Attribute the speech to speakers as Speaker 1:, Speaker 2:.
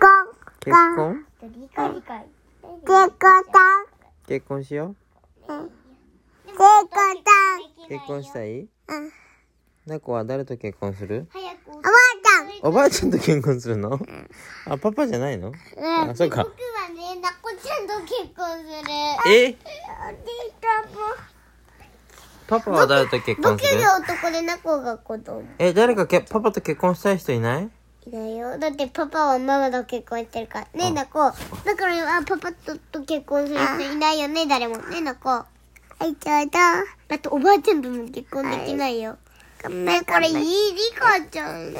Speaker 1: 結婚
Speaker 2: 理解理解。
Speaker 3: 結婚
Speaker 1: 結婚しよ
Speaker 3: だ。うん。結婚だ。
Speaker 1: う結婚したい
Speaker 3: うん。
Speaker 1: なこは誰と結婚する
Speaker 2: 早く。
Speaker 3: おばあ
Speaker 1: おばあちゃんと結婚するのあ、パパじゃないの
Speaker 3: ちゃん。うん。
Speaker 1: あ、そうか
Speaker 2: 僕。はね、なこちゃんと結婚する。
Speaker 1: え
Speaker 3: おじいちゃんも。
Speaker 1: パパは誰と結婚
Speaker 2: 僕
Speaker 1: する
Speaker 2: が男でなこが子供。
Speaker 1: え、誰かけパパと結婚したい人いない
Speaker 2: いないよ。だってパパはママと結婚してるから。ねえ、なこ。だから、あパパとと結婚する人いないよね、誰も。ねえ、なこ。
Speaker 3: はい、ちょうだ。
Speaker 2: だっておばあちゃんとも結婚できないよ。
Speaker 3: ごめん、
Speaker 2: これ、いい、
Speaker 3: い。
Speaker 2: リカちゃん。
Speaker 3: うん。